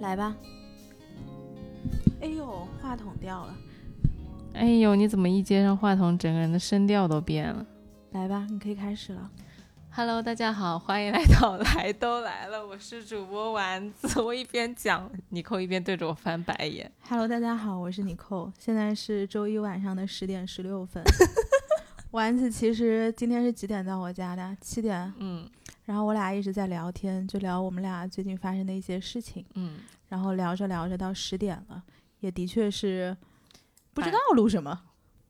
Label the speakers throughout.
Speaker 1: 来吧。哎呦，话筒掉了，
Speaker 2: 哎呦，你怎么一接上话筒，整个人的声调都变了
Speaker 1: 来吧，你可以开始了。
Speaker 2: ？Hello，大家好，欢迎来到来都来了，我是主播丸子。我一边讲，尼寇一边对着我翻白眼。
Speaker 1: Hello，大家好，我是你寇，现在是周一晚上的十点十六 分。丸子其实今天是几点到我家的？七点。
Speaker 2: 嗯
Speaker 1: 然后我俩一直在聊天，就聊我们俩最近发生的一些事情，
Speaker 2: 嗯，
Speaker 1: 然后聊着聊着到十点了，也的确是不知道录什么。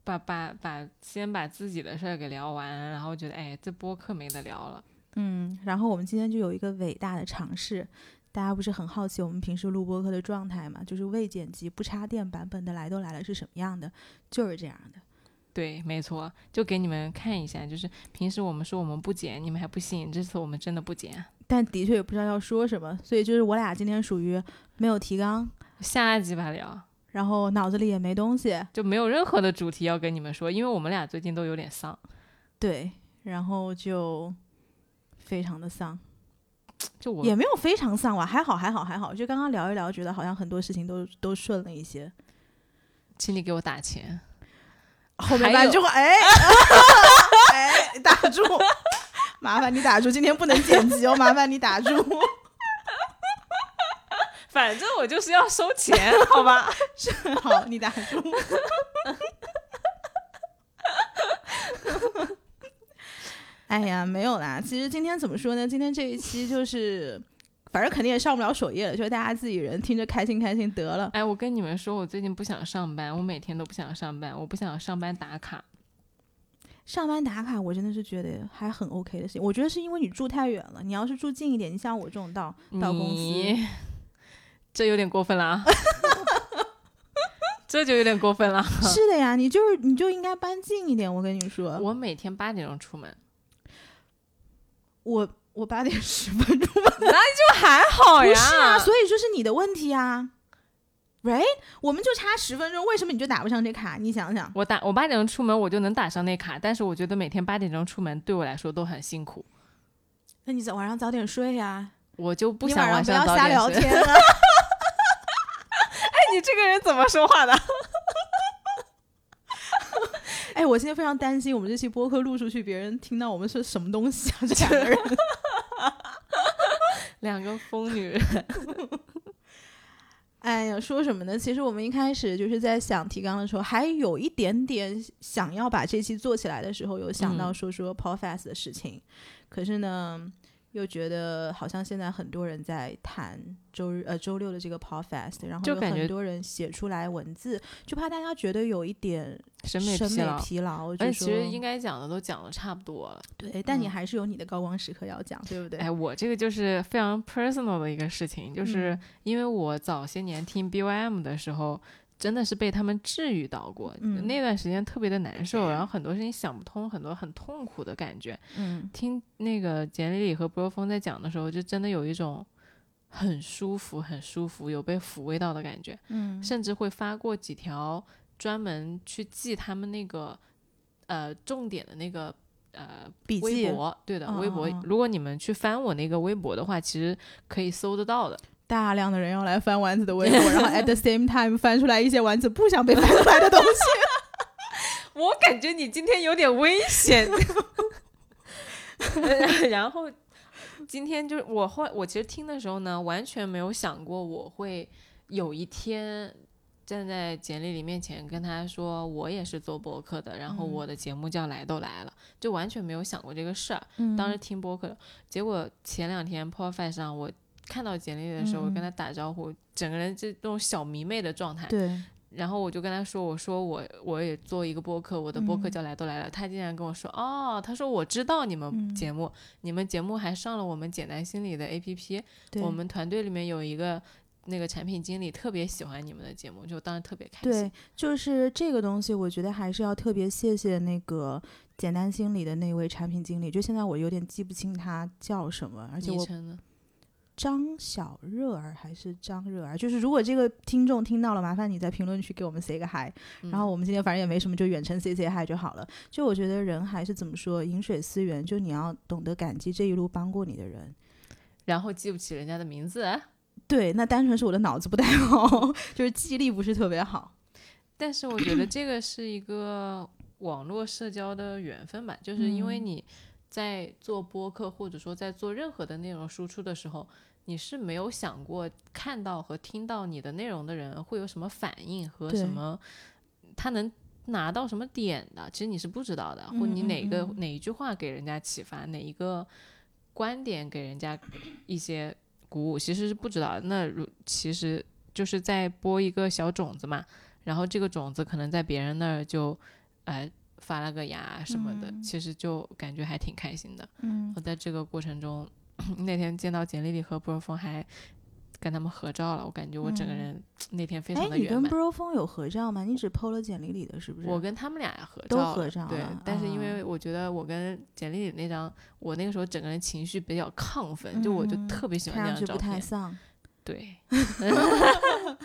Speaker 2: 把把把，先把自己的事儿给聊完，然后觉得哎，这播客没得聊了。
Speaker 1: 嗯，然后我们今天就有一个伟大的尝试，大家不是很好奇我们平时录播客的状态嘛？就是未剪辑、不插电版本的来都来了是什么样的？就是这样的。
Speaker 2: 对，没错，就给你们看一下，就是平时我们说我们不剪，你们还不信，这次我们真的不剪。
Speaker 1: 但的确也不知道要说什么，所以就是我俩今天属于没有提纲，
Speaker 2: 下一集吧聊，
Speaker 1: 然后脑子里也没东西，
Speaker 2: 就没有任何的主题要跟你们说，因为我们俩最近都有点丧。
Speaker 1: 对，然后就非常的丧，
Speaker 2: 就我
Speaker 1: 也没有非常丧吧，还好还好还好，就刚刚聊一聊，觉得好像很多事情都都顺了一些。
Speaker 2: 请你给我打钱。
Speaker 1: 后
Speaker 2: 还
Speaker 1: 面半
Speaker 2: 有
Speaker 1: 句话，哎， 哎，打住，麻烦你打住，今天不能剪辑哦，麻烦你打住。
Speaker 2: 反正我就是要收钱， 好吧？
Speaker 1: 好，你打住。哎呀，没有啦。其实今天怎么说呢？今天这一期就是，反正肯定也上不了首页了，就是大家自己人听着开心开心得了。
Speaker 2: 哎，我跟你们说，我最近不想上班，我每天都不想上班，我不想上班打卡。
Speaker 1: 上班打卡，我真的是觉得还很 OK 的事情。我觉得是因为你住太远了，你要是住近一点，你像我这种到到公司，
Speaker 2: 你这有点过分了 啊！这就有点过 分了。
Speaker 1: 是的呀，你就是你就应该搬近一点。我跟你说，
Speaker 2: 我每天八点钟出门，
Speaker 1: 我我八点十分钟吧，
Speaker 2: 就还好
Speaker 1: 不是啊，所以就是你的问题啊，right？我们就差十分钟，为什么你就打不上这卡？你想想，
Speaker 2: 我打我八点钟出门，我就能打上那卡。但是我觉得每天八点钟出门对我来说都很辛苦，
Speaker 1: 那你早晚上早点睡呀、
Speaker 2: 我就不
Speaker 1: 你
Speaker 2: 想
Speaker 1: 晚上不要
Speaker 2: 上早
Speaker 1: 瞎
Speaker 2: 点
Speaker 1: 聊
Speaker 2: 睡。
Speaker 1: 天啊。
Speaker 2: 哎， 你这个人怎么说话的？
Speaker 1: 哎，我现在非常担心，我们这期播客录出去，别人听到我们是什么东西啊？这两个人。
Speaker 2: 两个疯女人。
Speaker 1: 哎呀，说什么呢？其实我们一开始就是在想提纲的时候，还有一点点想要把这期做起来的时候，有想到
Speaker 2: 嗯
Speaker 1: 说说 p o d f a s t 的事情，可是呢，又觉得好像现在很多人在谈周日呃周六的这个 p o d f a s t 然后
Speaker 2: 就
Speaker 1: 有
Speaker 2: 感觉
Speaker 1: 很多人写出来文字，就怕大家觉得有一点
Speaker 2: 审美疲劳。
Speaker 1: 疲劳，就
Speaker 2: 而且
Speaker 1: 是
Speaker 2: 其实应该讲的都讲的差不多了。
Speaker 1: 对，但你
Speaker 2: 嗯
Speaker 1: 还是有你的高光时刻要讲，对不对？
Speaker 2: 哎，我这个就是非常 personal 的一个事情，就是
Speaker 1: 嗯
Speaker 2: 因为我早些年听 BYM 的时候，真的是被他们治愈到过，
Speaker 1: 嗯
Speaker 2: 那段时间特别的难受，然后很多事情想不通，很多很痛苦的感觉。
Speaker 1: 嗯
Speaker 2: 听那个简里里和波峰在讲的时候，就真的有一种。很舒服，很舒服，有被抚慰到的感觉，
Speaker 1: 嗯
Speaker 2: 甚至会发过几条专门去记他们那个呃重点的那个呃
Speaker 1: 笔
Speaker 2: 微
Speaker 1: 记
Speaker 2: 博，对的，
Speaker 1: 嗯
Speaker 2: 微博
Speaker 1: 嗯嗯。
Speaker 2: 如果你们去翻我那个微博的话，其实可以搜得到的。
Speaker 1: 大量的人要来翻丸子的微博，然后 at the same time 翻出来一些丸子不想被翻出来的东西。
Speaker 2: 我感觉你今天有点危 险。呃然后今天就是我后我其实听的时候呢，完全没有想过我会有一天。站在简历里面前跟他说，我也是做博客的，然后
Speaker 1: 嗯
Speaker 2: 我的节目叫来都来了，就完全没有想过这个事儿。
Speaker 1: 嗯
Speaker 2: 当时听播客，结果前两天 p o f i 上我看到简历的时候，我跟
Speaker 1: 嗯
Speaker 2: 他打招呼，整个人就那种小迷妹的状态。
Speaker 1: 对，
Speaker 2: 然后我就跟他说：“我说我我也做一个播客，我的播客
Speaker 1: 嗯
Speaker 2: 叫来都来了。他竟然跟我说：“哦，他说我知道你们
Speaker 1: 嗯
Speaker 2: 节目，你们节目还上了我们简单心理的 APP，
Speaker 1: 对
Speaker 2: 我们团队里面有一个那个产品经理特别喜欢你们的节目，就当时特别开心
Speaker 1: 对。，就是这个东西，我觉得还是要特别谢谢那个简单心理的那位产品经理。就现在我有点记不清他叫什么，而且
Speaker 2: 昵
Speaker 1: 我
Speaker 2: 称呢？
Speaker 1: 张小热儿还是张热儿，就是如果这个听众听到了，麻烦你在评论区给我们 say 个 hi。
Speaker 2: 嗯
Speaker 1: 然后我们今天反正也没什么，就远程 say say hi 就好了。就我觉得人还是怎么说，饮水思源，就你要懂得感激这一路帮过你的人。
Speaker 2: 然后记不起人家的名字，
Speaker 1: 对，那单纯是我的脑子不太好， 就是记忆力不是特别好。
Speaker 2: 但是我觉得这个是一个网络社交的缘分吧，就是因为
Speaker 1: 嗯
Speaker 2: 你在做播客或者说在做任何的内容输出的时候，你是没有想过看到和听到你的内容的人会有什么反应和
Speaker 1: 对
Speaker 2: 什么他能。拿到什么点的，其实你是不知道的，或你哪个、
Speaker 1: 嗯嗯
Speaker 2: 哪一句话给人家启发，哪一个观点给人家一些鼓舞，其实是不知道的。那如其实就是在播一个小种子嘛，然后这个种子可能在别人那儿就，呃，发了个芽什么的，
Speaker 1: 嗯
Speaker 2: 其实就感觉还挺开心的。
Speaker 1: 嗯
Speaker 2: 我在这个过程中， 那天见到简丽丽和波尔峰还跟他们合照了，我感觉我整个人、那天非
Speaker 1: 嗯
Speaker 2: 常
Speaker 1: 哎，
Speaker 2: 的
Speaker 1: 你
Speaker 2: 圆
Speaker 1: 跟
Speaker 2: 满。
Speaker 1: Bro 风有合照吗？你只 PO 了简历里的，是不是？
Speaker 2: 我跟他们俩合照
Speaker 1: 都
Speaker 2: 了，
Speaker 1: 合照
Speaker 2: 对
Speaker 1: 了，
Speaker 2: 但是因
Speaker 1: 啊
Speaker 2: 为我觉得我跟简丽丽那张，我那个时候整个人情绪比较亢奋，就我就
Speaker 1: 嗯
Speaker 2: 特别喜欢
Speaker 1: 看
Speaker 2: 那
Speaker 1: 上
Speaker 2: 张
Speaker 1: 去
Speaker 2: 照
Speaker 1: 不太
Speaker 2: 片。
Speaker 1: 丧。
Speaker 2: 对，我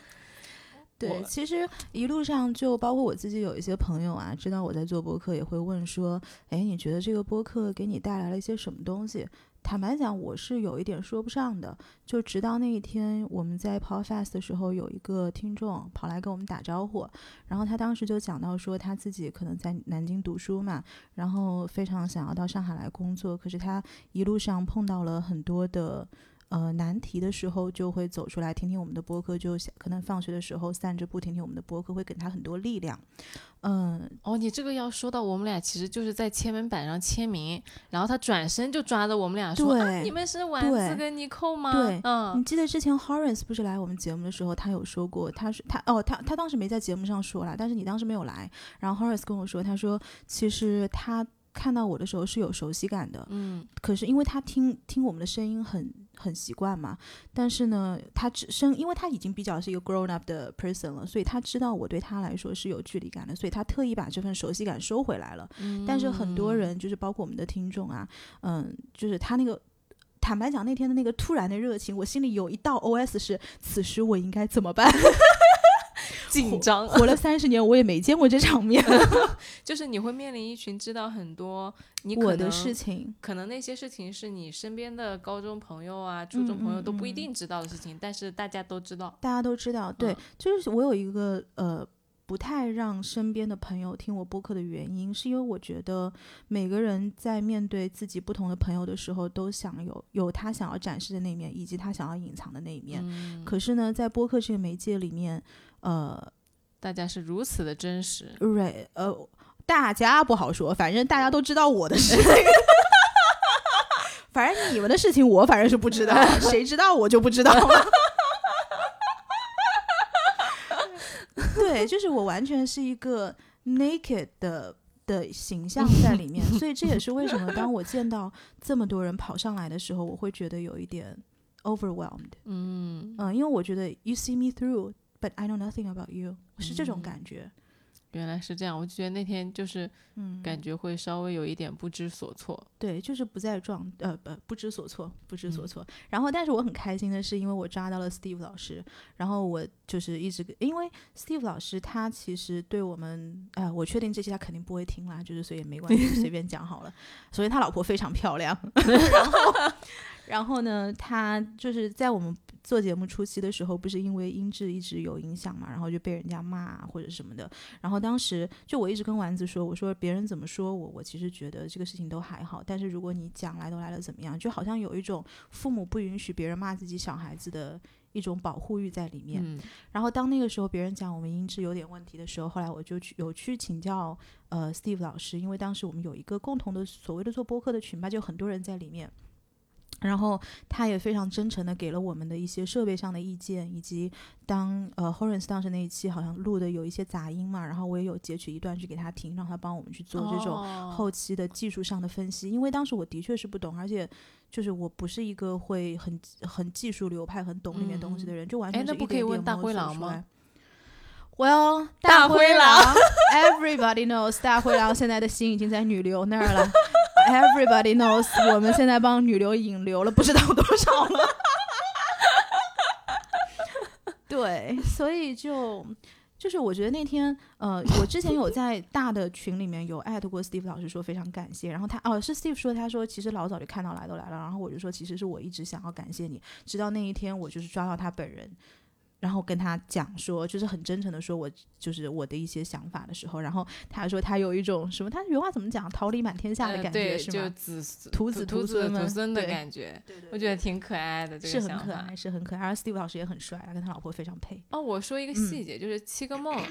Speaker 1: 对，其实一路上就包括我自己有一些朋友啊，知道我在做播客，也会问说，哎，你觉得这个播客给你带来了一些什么东西？坦白讲，我是有一点说不上的。就直到那一天，我们在 Podfest 的时候，有一个听众跑来跟我们打招呼，然后他当时就讲到说，他自己可能在南京读书嘛，然后非常想要到上海来工作，可是他一路上碰到了很多的呃难题的时候，就会走出来听听我们的播客，就想可能放学的时候散着步听听我们的播客，会给他很多力量。嗯，
Speaker 2: 哦，你这个要说到我们俩其实就是在签名板上签名，然后他转身就抓着我们俩说：“啊，
Speaker 1: 对
Speaker 2: 你们是丸子
Speaker 1: 对
Speaker 2: 跟尼寇吗？”
Speaker 1: 对你
Speaker 2: 嗯，
Speaker 1: 记得之前 Horace 不是来我们节目的时候，他有说过，他是他哦，他他当时没在节目上说啦，但是你当时没有来，然后 Horace 跟我说，他说其实他看到我的时候是有熟悉感的，
Speaker 2: 嗯，
Speaker 1: 可是因为他听听我们的声音很很习惯嘛，但是呢，他只声，因为他已经比较是一个 grown up 的 person 了，所以他知道我对他来说是有距离感的，所以他特意把这份熟悉感收回来了。
Speaker 2: 嗯
Speaker 1: 但是很多人，就是包括我们的听众啊，嗯，就是他那个。坦白讲，那天的那个突然的热情，我心里有一道 OS 是：此时我应该怎么办？
Speaker 2: 紧张，
Speaker 1: 活了三十年，我也没见过这场面。
Speaker 2: 就是你会面临一群知道很多 你可
Speaker 1: 我
Speaker 2: 能
Speaker 1: 的事，情，
Speaker 2: 可能那些事情是你身边的高中朋友啊、初中
Speaker 1: 嗯
Speaker 2: 朋友都不一
Speaker 1: 嗯嗯
Speaker 2: 定知道的事情，但是大家都知道。
Speaker 1: 大家都知道，对，
Speaker 2: 嗯
Speaker 1: 就是我有一个呃。不太让身边的朋友听我播客的原因，是因为我觉得每个人在面对自己不同的朋友的时候，都想有有他想要展示的那一面，以及他想要隐藏的那一面。
Speaker 2: 嗯，
Speaker 1: 可是呢，在播客这个媒介里面，呃，
Speaker 2: 大家是如此的真实。
Speaker 1: 蕊呃，大家不好说，反正大家都知道我的事情。反正你们的事情我反正是不知道， 谁知道我就不知道了。对，就是我完全是一个 naked 的的形象在里 面，所以这也是为什么当我见到这么多人跑上来的时候，我会觉得有一点 overwhelmed。
Speaker 2: 嗯，
Speaker 1: 嗯，因为我觉得 you see me through。But I know nothing about you，是这种
Speaker 2: 嗯
Speaker 1: 感觉。
Speaker 2: 原来是这样。我就觉得那天就是
Speaker 1: 嗯，
Speaker 2: 感觉会稍微有一点不知所措。
Speaker 1: 对，就是不在状呃不不知所措，不知所措。然后，但是我很开心的是，因为我抓到了 Steve 老师，然后我就是一直因为 Steve 老师他其实对我们，呃，我确定这期他肯定不会听啦，就是所以也没关系，就随便讲好了。首先，他老婆非常漂亮，然后然后呢，他就是在我们做节目初期的时候，不是因为音质一直有影响嘛，然后就被人家骂啊或者什么的。然后当时就我一直跟丸子说，我说别人怎么说我，我其实觉得这个事情都还好。但是如果你讲来都来了怎么样，就好像有一种父母不允许别人骂自己小孩子的一种保护欲在里面。
Speaker 2: 嗯，
Speaker 1: 然后当那个时候别人讲我们音质有点问题的时候，后来我就去有去请教呃 Steve 老师，因为当时我们有一个共同的所谓的做播客的群吧，就很多人在里面。然后他也非常真诚的给了我们的一些设备上的意见，以及当呃 Horace 当时那一期好像录的有一些杂音嘛，然后我也有截取一段去给他听，让他帮我们去做这种
Speaker 2: 哦
Speaker 1: 后期的技术上的分析，因为当时我的确是不懂，而且就是我不是一个会很很技术流派、很懂里面东西的人，就完
Speaker 2: 哎
Speaker 1: 全
Speaker 2: 那
Speaker 1: 是
Speaker 2: 不
Speaker 1: 一
Speaker 2: 可以
Speaker 1: 点
Speaker 2: 问
Speaker 1: 点
Speaker 2: 大
Speaker 1: 摸
Speaker 2: 灰
Speaker 1: 索
Speaker 2: 狼
Speaker 1: 出
Speaker 2: 吗
Speaker 1: 来？Well，
Speaker 2: 大灰
Speaker 1: 灰
Speaker 2: 狼
Speaker 1: ，Everybody knows，大灰狼现在的心已经在女流那儿了。Everybody knows，我们现在帮女流引流了不知道多少了。 对，所以就就是我觉得那天，呃，我之前有在大的群里面有艾特过 Steve 老师，说非常感谢。然后他哦，是 Steve 说，他说其实老早就看到来都来了，然后我就说其实是我一直想要感谢你，直到那一天我就是抓到他本人，然后跟他讲说，就是很真诚的说我就是我的一些想法的时候，然后他说他有一种什么，他原话怎么讲，桃李满天下的
Speaker 2: 呃
Speaker 1: 感觉、
Speaker 2: 对，
Speaker 1: 是
Speaker 2: 就
Speaker 1: 吗？
Speaker 2: 子
Speaker 1: 徒
Speaker 2: 子
Speaker 1: 子
Speaker 2: 徒
Speaker 1: 徒
Speaker 2: 子
Speaker 1: 孙
Speaker 2: 徒
Speaker 1: 们
Speaker 2: 孙的
Speaker 1: 对
Speaker 2: 感觉，
Speaker 1: 对对
Speaker 2: 我觉得挺可爱的这
Speaker 1: 是很
Speaker 2: 个想
Speaker 1: 可
Speaker 2: 法。
Speaker 1: 爱，是很可爱。而 Steve 老师也很帅，他跟他老婆非常配。
Speaker 2: 哦，我说一
Speaker 1: 嗯
Speaker 2: 个细节，就是七 个梦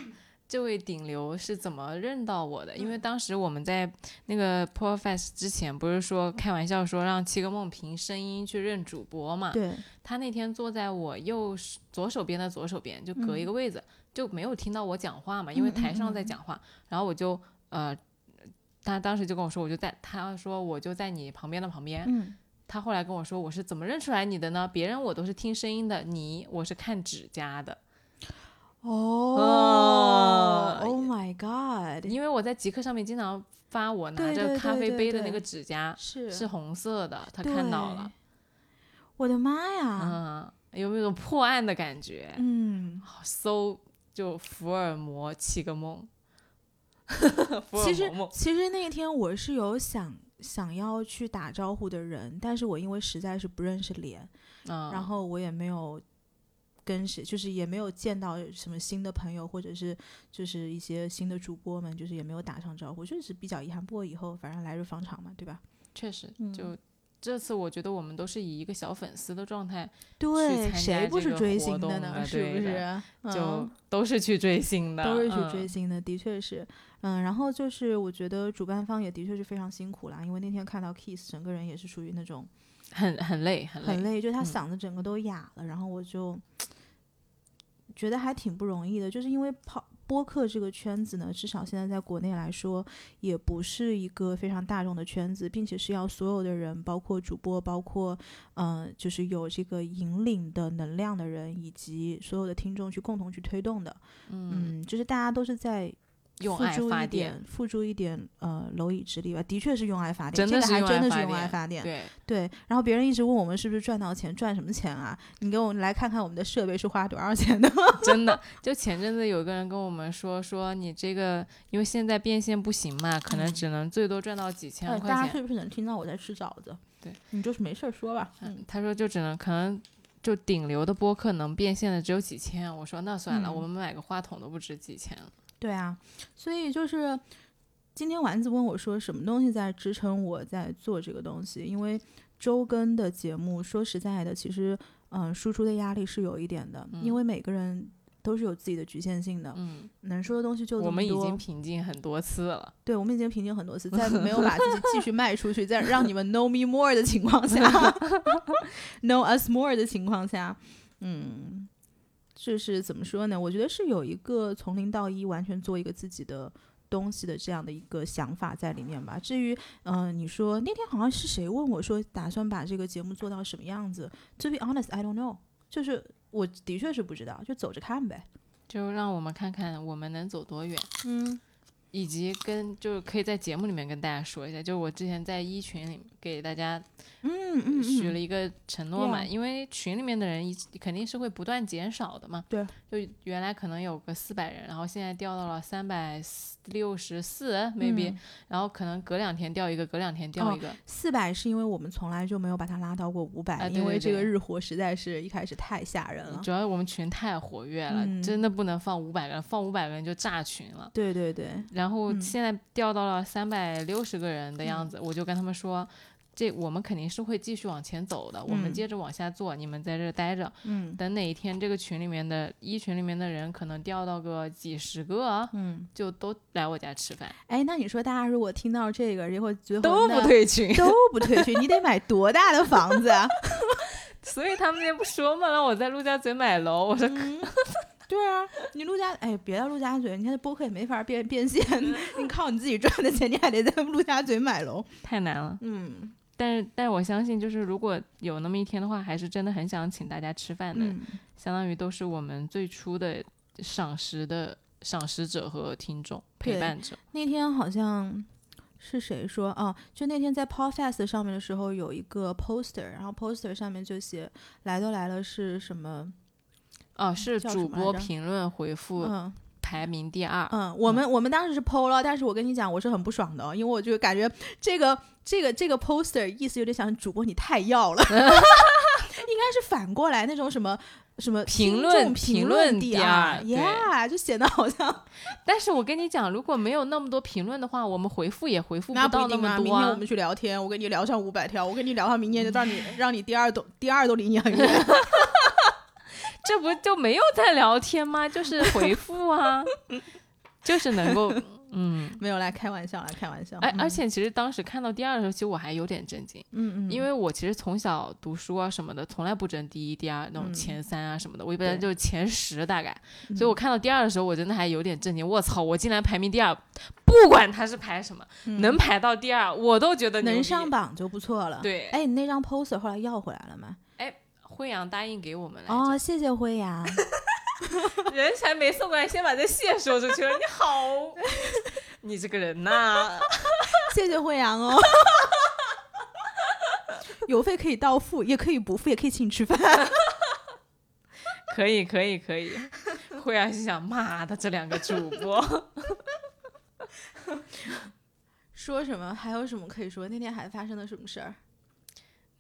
Speaker 2: 这位顶流是怎么认到我的？因
Speaker 1: 嗯
Speaker 2: 为当时我们在那个 p o r Fest 之前，不是说开玩笑说让七个梦凭声音去认主播嘛？
Speaker 1: 对，哦
Speaker 2: 他那天坐在我右手左手边的左手边，就隔一个位子，就没有听到我讲话嘛，因
Speaker 1: 嗯
Speaker 2: 为
Speaker 1: 嗯嗯
Speaker 2: 台
Speaker 1: 嗯
Speaker 2: 上在讲话。然后我就呃，他当时就跟我说，我就在他说我就在你旁边的旁边。
Speaker 1: 嗯，
Speaker 2: 他后来跟我说，我是怎么认出来你的呢？别人我都是听声音的，你我是看指甲的。
Speaker 1: 哦
Speaker 2: 哦
Speaker 1: ，Oh my God，
Speaker 2: 因为我在极客上面经常发我拿
Speaker 1: 对对
Speaker 2: 着
Speaker 1: 对
Speaker 2: 咖啡
Speaker 1: 对
Speaker 2: 杯的
Speaker 1: 对
Speaker 2: 那个指甲
Speaker 1: 是
Speaker 2: 是红色的，他看到了，
Speaker 1: 对。我的妈呀！
Speaker 2: 嗯，有没有种破案的感觉？
Speaker 1: 嗯，
Speaker 2: 好搜就福尔摩七个梦， 福尔
Speaker 1: 其实
Speaker 2: 摩梦
Speaker 1: 其实那天我是有想想要去打招呼的人，但是我因为实在是不认识脸，
Speaker 2: 嗯，
Speaker 1: 然后我也没有跟谁，就是也没有见到什么新的朋友，或者是就是一些新的主播们，就是也没有打上招呼，就是比较遗憾。不过以后反正来日方长嘛，对吧？
Speaker 2: 确实
Speaker 1: 嗯
Speaker 2: 就。这次我觉得我们都是以一个小粉丝的状态，
Speaker 1: 对，
Speaker 2: 参加
Speaker 1: 谁不
Speaker 2: 这
Speaker 1: 是
Speaker 2: 个
Speaker 1: 追
Speaker 2: 活
Speaker 1: 星
Speaker 2: 动
Speaker 1: 呢？
Speaker 2: 的
Speaker 1: 是不
Speaker 2: 对
Speaker 1: 是
Speaker 2: 的？就
Speaker 1: 嗯
Speaker 2: 都是去追星的，
Speaker 1: 都是去
Speaker 2: 嗯
Speaker 1: 追星的，的确是，嗯，然后就是我觉得主办方也的确是非常辛苦啦，因为那天看到 Kiss 整个人也是属于那种
Speaker 2: 很很累，很累
Speaker 1: 很，累，就他
Speaker 2: 嗯
Speaker 1: 嗓子整个都哑了，然后我就觉得还挺不容易的，就是因为跑。播客这个圈子呢，至少现在在国内来说，也不是一个非常大众的圈子，并且是要所有的人，包括主播，包括嗯、呃就是有这个引领的能量的人，以及所有的听众去共同去推动的。
Speaker 2: 嗯，
Speaker 1: 嗯，就是大家都是在
Speaker 2: 用
Speaker 1: 付
Speaker 2: 爱
Speaker 1: 诸
Speaker 2: 发
Speaker 1: 一
Speaker 2: 电，
Speaker 1: 点，付诸一点呃蝼蚁之力吧，的确是用爱发电，
Speaker 2: 真
Speaker 1: 这
Speaker 2: 的是
Speaker 1: 个还
Speaker 2: 用
Speaker 1: 真
Speaker 2: 爱
Speaker 1: 的
Speaker 2: 发
Speaker 1: 是用爱
Speaker 2: 电
Speaker 1: 发电。
Speaker 2: 对，
Speaker 1: 对，然后别人一直问我们是不是赚到钱，赚什么钱啊？你给我们来看看我们的设备是花多少钱的。
Speaker 2: 真的，就前阵子有个人跟我们说，说你这个因为现在变现不行嘛，可能只能最多赚到几千
Speaker 1: 哎
Speaker 2: 块
Speaker 1: 嗯大家
Speaker 2: 钱。
Speaker 1: 是不是能听到我在吃饺子？
Speaker 2: 对，
Speaker 1: 你就是没事儿说吧。嗯，
Speaker 2: 他说就只能可能就顶流的播客能变现的只有几千。我说那算了，
Speaker 1: 嗯
Speaker 2: 我们买个话筒都不值几千了。
Speaker 1: 对啊，所以就是今天丸子问我说，什么东西在支撑我在做这个东西？因为周更的节目，说实在的，其实嗯、呃输出的压力是有一点的，因为每个人都是有自己的局限性的，
Speaker 2: 嗯，
Speaker 1: 能说的东西就这
Speaker 2: 我
Speaker 1: 么
Speaker 2: 们已
Speaker 1: 多
Speaker 2: 经平静很多次了。
Speaker 1: 对，我们已经平静很多次，在没有把自己继续卖出去，在让你们 know me more 的情况下，know us more 的情况下，嗯，就是怎么说呢？我觉得是有一个从零到一完全做一个自己的东西的这样的一个想法在里面吧。至于，嗯、你说那天好像是谁问我说，打算把这个节目做到什么样子？To be honest, I don't know，就是我的确是不知道，就走着看呗。
Speaker 2: 就让我们看看我们能走多远，
Speaker 1: 嗯
Speaker 2: 以及跟就是可以在节目里面跟大家说一下，就是我之前在一群里给大家
Speaker 1: 嗯嗯，嗯啊
Speaker 2: 许了一个承诺嘛，
Speaker 1: Yeah
Speaker 2: 因为群里面的人一肯定是会不断减少的嘛。
Speaker 1: 对，
Speaker 2: 就原来可能有个四百人，然后现在掉到了三百六十四，maybe，、
Speaker 1: 嗯哦
Speaker 2: 然后可能隔两天掉一个，隔两天掉一个。
Speaker 1: 四百是因为我们从来就没有把它拉到过五百、
Speaker 2: 啊对
Speaker 1: 因为
Speaker 2: 对
Speaker 1: 这个
Speaker 2: 对
Speaker 1: 日活实在是一开始太吓人了。
Speaker 2: 主要我们群太活跃了，
Speaker 1: 嗯
Speaker 2: 真的不能放五百个人，放五百个人就炸群了。
Speaker 1: 对对对，
Speaker 2: 然后
Speaker 1: 嗯
Speaker 2: 现在掉到了三百六十个人的样
Speaker 1: 嗯
Speaker 2: 子，我就跟他们说，这我们肯定是会继续往前走的，我们
Speaker 1: 嗯
Speaker 2: 接着往下做，你们在这儿待着，
Speaker 1: 嗯
Speaker 2: 等哪一天这个群里面的一群里面的人可能掉到个几十个，啊
Speaker 1: 嗯。
Speaker 2: 就都来我家吃饭，
Speaker 1: 哎，那你说大家如果听到这个，然后最后
Speaker 2: 都
Speaker 1: 那
Speaker 2: 不 退群，
Speaker 1: 都不退群，你得买多大的房子啊？
Speaker 2: 所以他们也不说嘛，让我在陆家嘴买楼，我说
Speaker 1: 嗯，对啊，你陆家哎，别到陆家嘴，你看那播客也没法变变现，你靠你自己赚的钱，你还得在陆家嘴买楼。
Speaker 2: 太难了。
Speaker 1: 嗯
Speaker 2: 但是，但是我相信，就是如果有那么一天的话，还是真的很想请大家吃饭的，
Speaker 1: 嗯，
Speaker 2: 相当于都是我们最初的赏识的赏识者和听众
Speaker 1: 对嗯
Speaker 2: 陪伴者。
Speaker 1: 那天好像是谁说啊？就那天在 Podfest 上面的时候，有一个 poster，然后 poster 上面就写“来都来了”是什么？
Speaker 2: 哦，是
Speaker 1: 叫什么
Speaker 2: 主播
Speaker 1: 来着
Speaker 2: 评论回复
Speaker 1: 嗯，
Speaker 2: 排名第二。
Speaker 1: 嗯，我们我们当时是 PO 了，但是我跟你讲，我是很不爽的哦，因为我就感觉这个这个这个 poster 意思有点像主播你太要 了，应该是反过来那种什么什么
Speaker 2: 评
Speaker 1: 听
Speaker 2: 论
Speaker 1: 众
Speaker 2: 评
Speaker 1: 评
Speaker 2: 论
Speaker 1: 第
Speaker 2: 第二对
Speaker 1: ，yeah，就显得好像
Speaker 2: 但是我跟你讲，如果没有那么多评论的话，我们回复也回复
Speaker 1: 那不
Speaker 2: 到
Speaker 1: 一
Speaker 2: 那
Speaker 1: 定
Speaker 2: 么
Speaker 1: 啊。
Speaker 2: 多
Speaker 1: 明天我
Speaker 2: 啊。
Speaker 1: 们去聊天，我跟你聊上五百条，我跟你聊上明年就让你让你第二都第二都离你很远。
Speaker 2: 这不就没有在聊天 吗？就是回复啊，
Speaker 1: 嗯
Speaker 2: 就是能够嗯。
Speaker 1: 没有来开玩笑，来开玩笑。
Speaker 2: 而而
Speaker 1: 嗯
Speaker 2: 且其实当时看到第二的时候，其实我还有点震惊，
Speaker 1: 嗯嗯，
Speaker 2: 因为我其实从小读书啊什么的，从来不争第一、第二那种
Speaker 1: 嗯
Speaker 2: 前三啊什么的，我一般
Speaker 1: 对
Speaker 2: 就是前十大概。
Speaker 1: 嗯
Speaker 2: 所以我看到第二的时候，我真的还有点震惊。我操，我竟然排名第二，不管他是排什么，
Speaker 1: 嗯
Speaker 2: 能排到第二，我都觉得牛
Speaker 1: 能
Speaker 2: 逼
Speaker 1: 上。榜就不错了。
Speaker 2: 对
Speaker 1: 哎，你那张 poster 后来要回来了吗？
Speaker 2: 辉阳答应给我们来着，
Speaker 1: 哦，谢谢辉 阳。
Speaker 2: 人才没送过来，先把这谢说出去了。你 好，你这个人呐，
Speaker 1: 谢谢惠阳哦。 邮费可以到付，也可以不付，也可以请吃饭。
Speaker 2: 可以可以可以。辉阳心想，妈的，这两个主播，
Speaker 1: 说什么？还有什么可以说？那天还发生了什么事儿？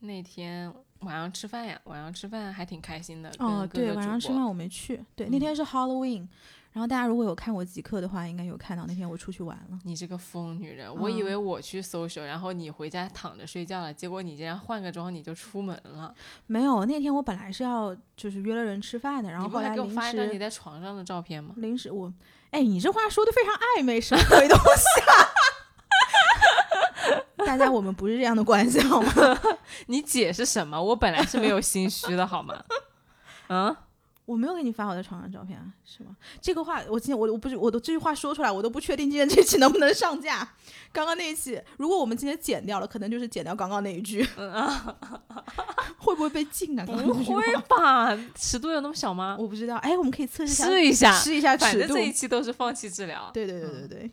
Speaker 2: 那天晚上吃饭呀，晚上吃饭还挺开心的。
Speaker 1: 哦，
Speaker 2: 跟各
Speaker 1: 对，
Speaker 2: 个
Speaker 1: 晚
Speaker 2: 主
Speaker 1: 上吃
Speaker 2: 播
Speaker 1: 饭我没去。对，那
Speaker 2: 嗯
Speaker 1: 天是 Halloween，、然后大家如果有看我极客的话，应该有看到那天我出去玩了。
Speaker 2: 你这个疯女人！我以为
Speaker 1: 嗯
Speaker 2: 我去 social，、然后你回家躺着睡觉了，结果你竟然换个妆你就出门了。
Speaker 1: 没有，那天我本来是要就是约了人吃饭的，然后
Speaker 2: 你不
Speaker 1: 后来
Speaker 2: 还给我
Speaker 1: 临
Speaker 2: 发一张你
Speaker 1: 时
Speaker 2: 在床上的照片吗？
Speaker 1: 临时我，哎，你这话说的非常暧昧，什么鬼东西啊？ 大家我们不是这样的关系好吗？
Speaker 2: 你姐是什么？我本来是没有心虚的，好吗？嗯，
Speaker 1: 我没有给你发我在床上照片啊，是吗？这个话我今天我我不是我都这句话说出来，我都不确定今天这期能不能上架。刚刚那一期，如果我们今天剪掉了，可能就是剪掉刚刚那一句， 会 不会被禁啊？刚刚
Speaker 2: 嗯啊不
Speaker 1: 那句话
Speaker 2: 会吧？尺度有那么小吗？
Speaker 1: 我不知道。哎，我们可以测试一下，
Speaker 2: 试一下，
Speaker 1: 试一下
Speaker 2: 反
Speaker 1: 尺
Speaker 2: 正
Speaker 1: 度
Speaker 2: 这。一期都是放弃治疗。
Speaker 1: 对对对对对，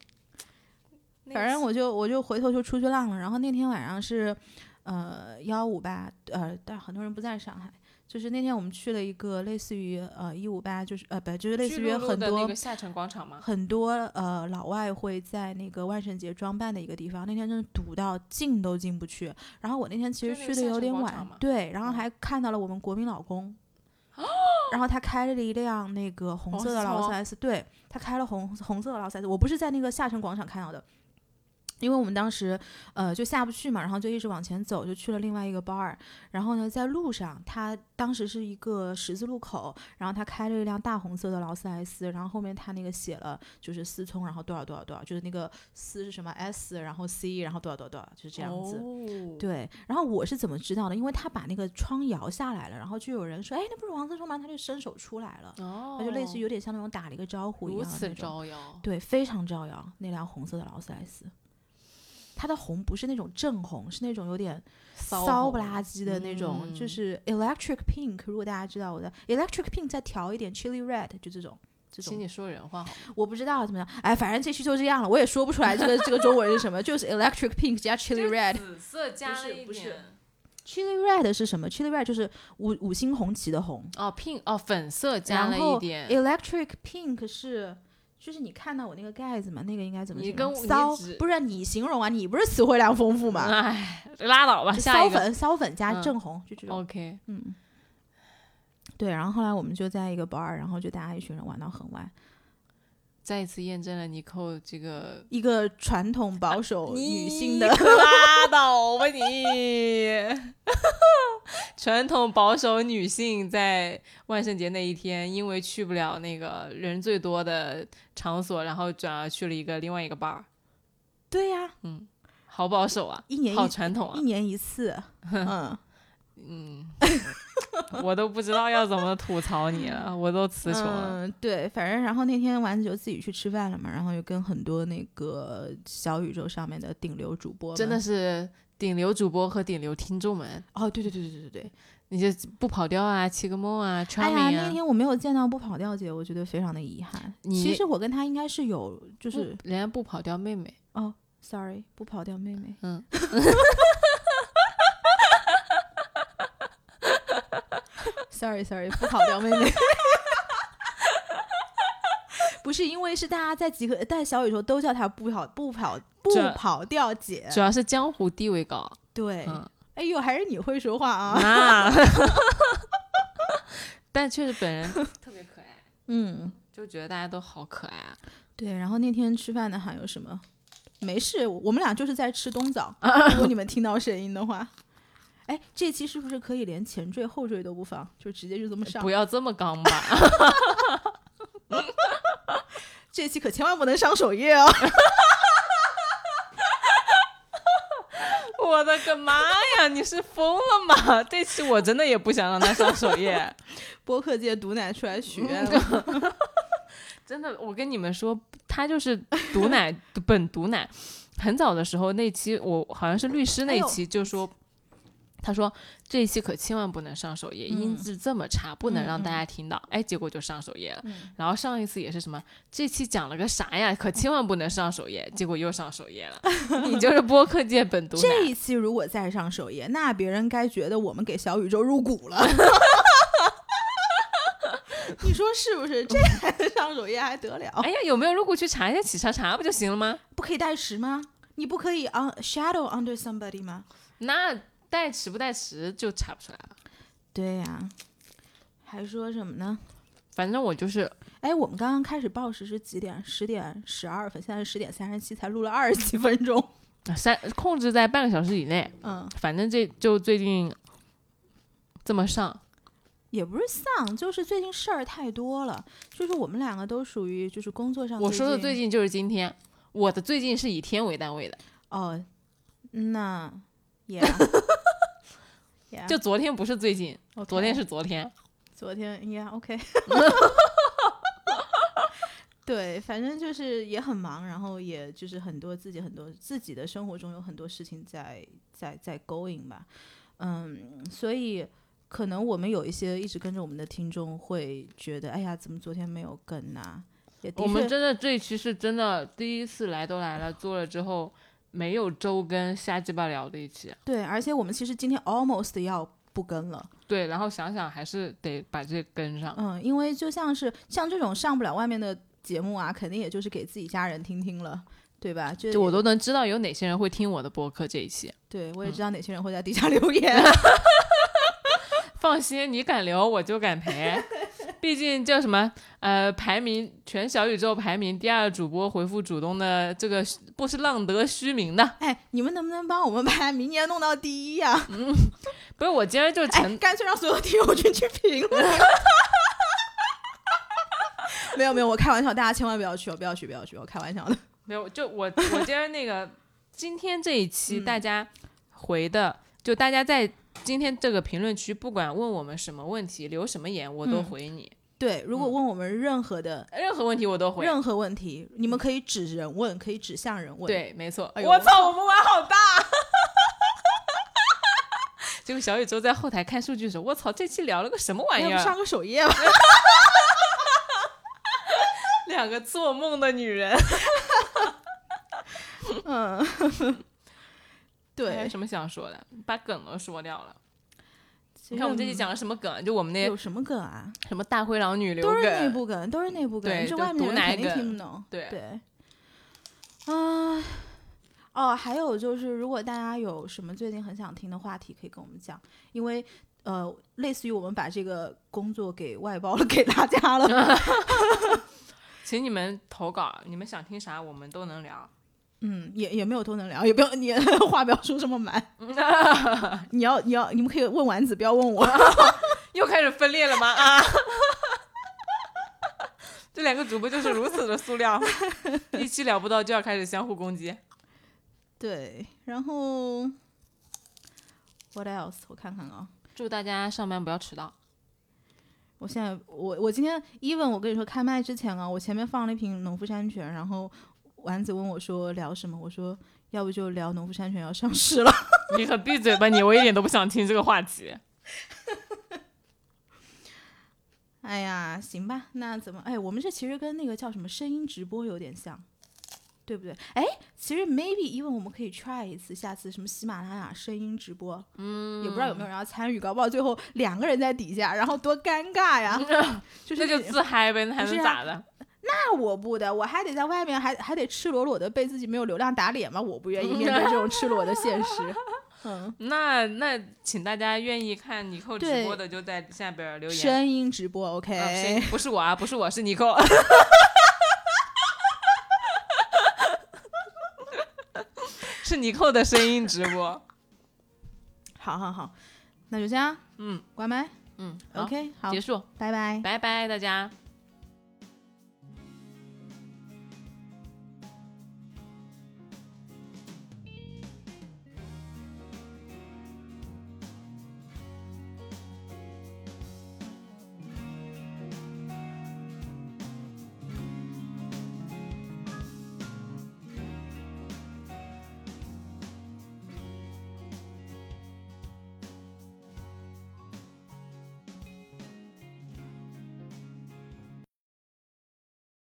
Speaker 2: 那
Speaker 1: 反正我就我就回头就出去浪了。然后那天晚上是，呃，幺五八，呃，但很多人不在上海。就是那天我们去了一个类似于呃一五八，就是呃不就是类
Speaker 2: 巨
Speaker 1: 似
Speaker 2: 鹿
Speaker 1: 于
Speaker 2: 路
Speaker 1: 很
Speaker 2: 的
Speaker 1: 多
Speaker 2: 那个下沉广场吗？
Speaker 1: 很多呃老外会在那个万圣节装扮的一个地方，那天真的堵到进都进不去。然后我那天其实
Speaker 2: 就
Speaker 1: 去
Speaker 2: 那个
Speaker 1: 的
Speaker 2: 下
Speaker 1: 有
Speaker 2: 沉
Speaker 1: 点
Speaker 2: 广
Speaker 1: 晚
Speaker 2: 场吗，
Speaker 1: 对，然后
Speaker 2: 嗯
Speaker 1: 还看到了我们国民老 公，然后他开了一辆那个红色的劳
Speaker 2: 红
Speaker 1: 斯
Speaker 2: 色
Speaker 1: 莱斯，对他开了红红色的劳斯莱斯，我不是在那个下沉广场看到的。因为我们当时，呃，就下不去嘛，然后就一直往前走，就去了另外一个 bar。然后呢，在路上，他当时是一个十字路口，然后他开了一辆大红色的劳斯莱斯，然后后面他那个写了就是思聪，然后多少多少多少，就是那个思是什么 S，然后 C，然后多少多少多少，就是这样子。
Speaker 2: 哦，
Speaker 1: 对，然后我是怎么知道的？因为他把那个窗摇下来了，然后就有人说：“哎，那不是王思聪吗？”他就伸手出来了，
Speaker 2: 哦，
Speaker 1: 他就类似于有点像那种打了一个招呼一
Speaker 2: 如
Speaker 1: 样的
Speaker 2: 此
Speaker 1: 那种
Speaker 2: 招摇。
Speaker 1: 对，非常招摇。那辆红色的劳斯莱斯，它的红不是那种正红，是那种有点
Speaker 2: 骚
Speaker 1: 骚
Speaker 2: 红
Speaker 1: 不拉几的那种，就
Speaker 2: 嗯
Speaker 1: 是 electric pink。如果大家知道我的 electric pink，再调一点 chili red，就这种。这
Speaker 2: 请
Speaker 1: 种
Speaker 2: 你说人话好吗？
Speaker 1: 我不知道怎么样，哎，反正这期就这样了，我也说不出来这个这个中文是什么，就是 electric pink 加 chili red。
Speaker 2: 紫色加
Speaker 1: 是
Speaker 2: 了一
Speaker 1: 不是
Speaker 2: 点
Speaker 1: chili red 是什么？chili red 就是五五星红旗的红，
Speaker 2: 哦，pink 哦，粉色加
Speaker 1: 然
Speaker 2: 了
Speaker 1: 后
Speaker 2: 一点。
Speaker 1: electric pink 是。就是你看到我那个盖子嘛，那个应该怎么
Speaker 2: 你
Speaker 1: 形
Speaker 2: 跟
Speaker 1: 容
Speaker 2: 我你
Speaker 1: 骚
Speaker 2: 只
Speaker 1: 不是你形容啊，你不是词汇量丰富嘛？
Speaker 2: 哎，拉倒吧，
Speaker 1: 就
Speaker 2: 下
Speaker 1: 骚
Speaker 2: 一个。
Speaker 1: 粉骚粉加
Speaker 2: 嗯
Speaker 1: 正红，就这种。
Speaker 2: OK，
Speaker 1: 嗯，对。然后后来我们就在一个 bar，然后就大家一群人玩到很晚。
Speaker 2: 再一次验证了你扣这个
Speaker 1: 一个传统保守女性的
Speaker 2: 啊你 可拉倒吧你！ 传统保守女性在万圣节那一天，因为去不了那个人最多的场所，然后转而去了一个另外一个 bar，
Speaker 1: 对呀、
Speaker 2: 好保守啊，
Speaker 1: 一年
Speaker 2: 好
Speaker 1: 一
Speaker 2: 传统啊
Speaker 1: 一，年一次， 嗯，
Speaker 2: 嗯， 我都不知道要怎么吐槽你了，我都词穷了。
Speaker 1: 嗯，对，反正然后那天完就自己去吃饭了嘛，然后又跟很多那个小宇宙上面的顶流主播们，
Speaker 2: 真的是顶流主播和顶流听众们，
Speaker 1: 哦，对对对对对对对，
Speaker 2: 你这不跑调啊，七个梦啊
Speaker 1: 哎呀，
Speaker 2: ，Charming
Speaker 1: 那
Speaker 2: 啊，
Speaker 1: 天我没有见到不跑调姐，我觉得非常的遗憾。
Speaker 2: 你
Speaker 1: 其实我跟她应该是有，就是、
Speaker 2: 人家不跑调妹妹，
Speaker 1: 哦，sorry，不跑调妹妹，
Speaker 2: 嗯，
Speaker 1: ，sorry sorry，不跑调妹妹。不是因为是大家在集合在小宇宙都叫他不跑不跑不
Speaker 2: 这
Speaker 1: 跑调姐，
Speaker 2: 主要是江湖地位高。
Speaker 1: 对，
Speaker 2: 嗯，
Speaker 1: 哎呦，还是你会说话啊，
Speaker 2: 那，但确实本人特别可爱，
Speaker 1: 嗯，
Speaker 2: 就觉得大家都好可爱啊。
Speaker 1: 对。然后那天吃饭呢还有什么？没事，我们俩就是在吃冬枣。如果你们听到声音的话，哎，这期是不是可以连前缀后缀都不放，就直接就这么上
Speaker 2: 不？啊要这么刚吧，
Speaker 1: 这期可千万不能上首页哦。
Speaker 2: 我的个妈呀！你是疯了吗？ 这期我真的也不想让他上首页，
Speaker 1: 播客界毒奶出来许愿了，
Speaker 2: 真的，我跟你们说，他就是毒奶 本毒奶。很早的时候那期，我好像是律师那
Speaker 1: 哎呦
Speaker 2: 期就说。他说：“这一期可千万不能上首页，
Speaker 1: 嗯
Speaker 2: 音质这么差，不能让大家听到。哎，结果就上首页了。
Speaker 1: 嗯
Speaker 2: 然后上一次也是什么，这期讲了个啥呀？可千万不能上首页，结果又上首 页了。你就是播客界本毒
Speaker 1: 这
Speaker 2: 奶，
Speaker 1: 一期如果再上首页，那别人该觉得我们给小宇宙入股了。你说是不是？这还上首页还得了？
Speaker 2: 哎呀，有没有入股去查一下喜茶茶不就行了吗？
Speaker 1: 不可以代持吗？你不可以 on shadow under somebody 吗？
Speaker 2: 那带迟不带迟就查不出来了。
Speaker 1: 对呀、还说什么呢？
Speaker 2: 反正我就是
Speaker 1: 哎，我们刚刚开始报时是几点？十点十二分，现在是十点三十七，才录了二十几分钟。
Speaker 2: 呃三控制在半个小时以内，
Speaker 1: 嗯，
Speaker 2: 反正这就最近这么上，
Speaker 1: 也不是丧，就是最近事儿太多了。就是我们两个都属于就是工作上
Speaker 2: 我说的最
Speaker 1: 近
Speaker 2: 近就是今天，我的最近是以天为单位的，
Speaker 1: 哦，那 yeah yeah，
Speaker 2: 就昨天不是最近，
Speaker 1: 啊 OK
Speaker 2: 昨天是昨天，
Speaker 1: 昨天 yeah OK 对，反正就是也很忙，然后也就是很多自己很多自己的生活中有很多事情在在在 going 吧，嗯，所以可能我们有一些一直跟着我们的听众会觉得，哎呀，怎么昨天没有跟呐、也的
Speaker 2: 我们
Speaker 1: 确，
Speaker 2: 真的这一期是真的第一次来都来了，做了之后没有周更瞎鸡巴聊的一期，
Speaker 1: 对，而且我们其实今天 almost 要不跟了，
Speaker 2: 对，然后想想还是得把这跟上，
Speaker 1: 嗯，因为就像是像这种上不了外面的节目啊，肯定也就是给自己家人听听了，对吧？就
Speaker 2: 就我都能知道有哪些人会听我的播客这一期。
Speaker 1: 对，我
Speaker 2: 也
Speaker 1: 也
Speaker 2: 知
Speaker 1: 知道哪些人会在底下留言。
Speaker 2: 放心，你敢留我就 敢陪，毕竟叫什么呃，排名全小宇宙排名第二主播回复主动的这个不是浪得虚名的，
Speaker 1: 哎，你们能不能帮我们把明年弄到第一呀、
Speaker 2: 不是我今儿就
Speaker 1: 哎，
Speaker 2: 嗯成。
Speaker 1: 干脆让所有听友群去评 论。没有没有，我开玩笑，大家千万不要去哦，不要去，不要去哦，我开玩笑的。
Speaker 2: 没有，就我我今儿 那个今天这一
Speaker 1: 嗯
Speaker 2: 期大家回的，就大家在今天这个评论区，不管问我们什么问题，留什么言，我都
Speaker 1: 嗯
Speaker 2: 回你，
Speaker 1: 对，如果
Speaker 2: 嗯
Speaker 1: 问我们任何的、
Speaker 2: 任何问题我都回。
Speaker 1: 任何问题，你们可以指人问，可以指向人问。，
Speaker 2: 对，没错。
Speaker 1: 哎呦
Speaker 2: 我操，我们玩好大！ 结果小宇宙在后台看数据的时候，我操，这期聊了个什么玩
Speaker 1: 要
Speaker 2: 意
Speaker 1: 不
Speaker 2: 儿
Speaker 1: 上？个首页吧？
Speaker 2: 两个做梦的女人。
Speaker 1: 嗯，
Speaker 2: 还有
Speaker 1: 对。
Speaker 2: 什么想说的？把梗都说掉了。
Speaker 1: 其
Speaker 2: 你看我们
Speaker 1: 实嗯
Speaker 2: 这期讲了什么梗？啊就我们那
Speaker 1: 有什么梗啊？
Speaker 2: 什么大灰狼女流
Speaker 1: 都是内
Speaker 2: 梗。
Speaker 1: 部梗，都是内部
Speaker 2: 对
Speaker 1: 梗，这
Speaker 2: 就
Speaker 1: 外面
Speaker 2: 毒
Speaker 1: 的人
Speaker 2: 奶
Speaker 1: 肯定
Speaker 2: 梗
Speaker 1: 听不懂。
Speaker 2: 对，
Speaker 1: 对，啊、哦，还有就是，如果大家有什么最近很想听的话题，可以跟我们讲，因为呃，类似于我们把这个工作给外包了 给大家了。
Speaker 2: 请你们投稿，你们想听啥我们都能聊。
Speaker 1: 嗯，也也没有多能聊，也不要你话不要说这么满，你要你要你们可以问丸子，不要问我。
Speaker 2: 又开始分裂了吗？啊！ 这两个主播就是如此的塑 料，一期聊不到就要开始相互攻击。
Speaker 1: 对，然后 what else？我看看啊、
Speaker 2: 祝大家上班不要迟到。
Speaker 1: 我现在我我今天 even 我跟你说开麦之前啊，我前面放了一瓶农夫山泉，然后丸子问我说聊什么，我说要不就聊农夫山泉要上市了。
Speaker 2: 你可闭嘴吧你！我一点都不想听这个话题。
Speaker 1: 哎呀，行吧，那怎么？哎，我们这其实跟那个叫什么声音直播有点像，对不对？哎，其实 maybe even 我们可以 try 一次，下次什么喜马拉雅声音直播，嗯，也不知道有没有人要参与，搞不好最后 两个人在底下，然后多尴尬呀！就是
Speaker 2: 那就自嗨呗，那还
Speaker 1: 不是啊
Speaker 2: 能咋的？
Speaker 1: 那我不的，我还得在外面还还得赤裸裸的被自己没有流量打脸吗？我不愿意面对这种赤裸的现 实。嗯，
Speaker 2: 那那请大家愿意看尼寇直
Speaker 1: 对
Speaker 2: 播的就在下边儿留言。
Speaker 1: 声音直播，OK，、
Speaker 2: 啊谁不是我啊，不是我是尼寇。 是尼寇的声音直播，
Speaker 1: 好好好，那就这样，
Speaker 2: 嗯，
Speaker 1: 关麦
Speaker 2: 嗯好
Speaker 1: ，OK，好
Speaker 2: 结，束，
Speaker 1: 拜拜。
Speaker 2: 拜拜大家。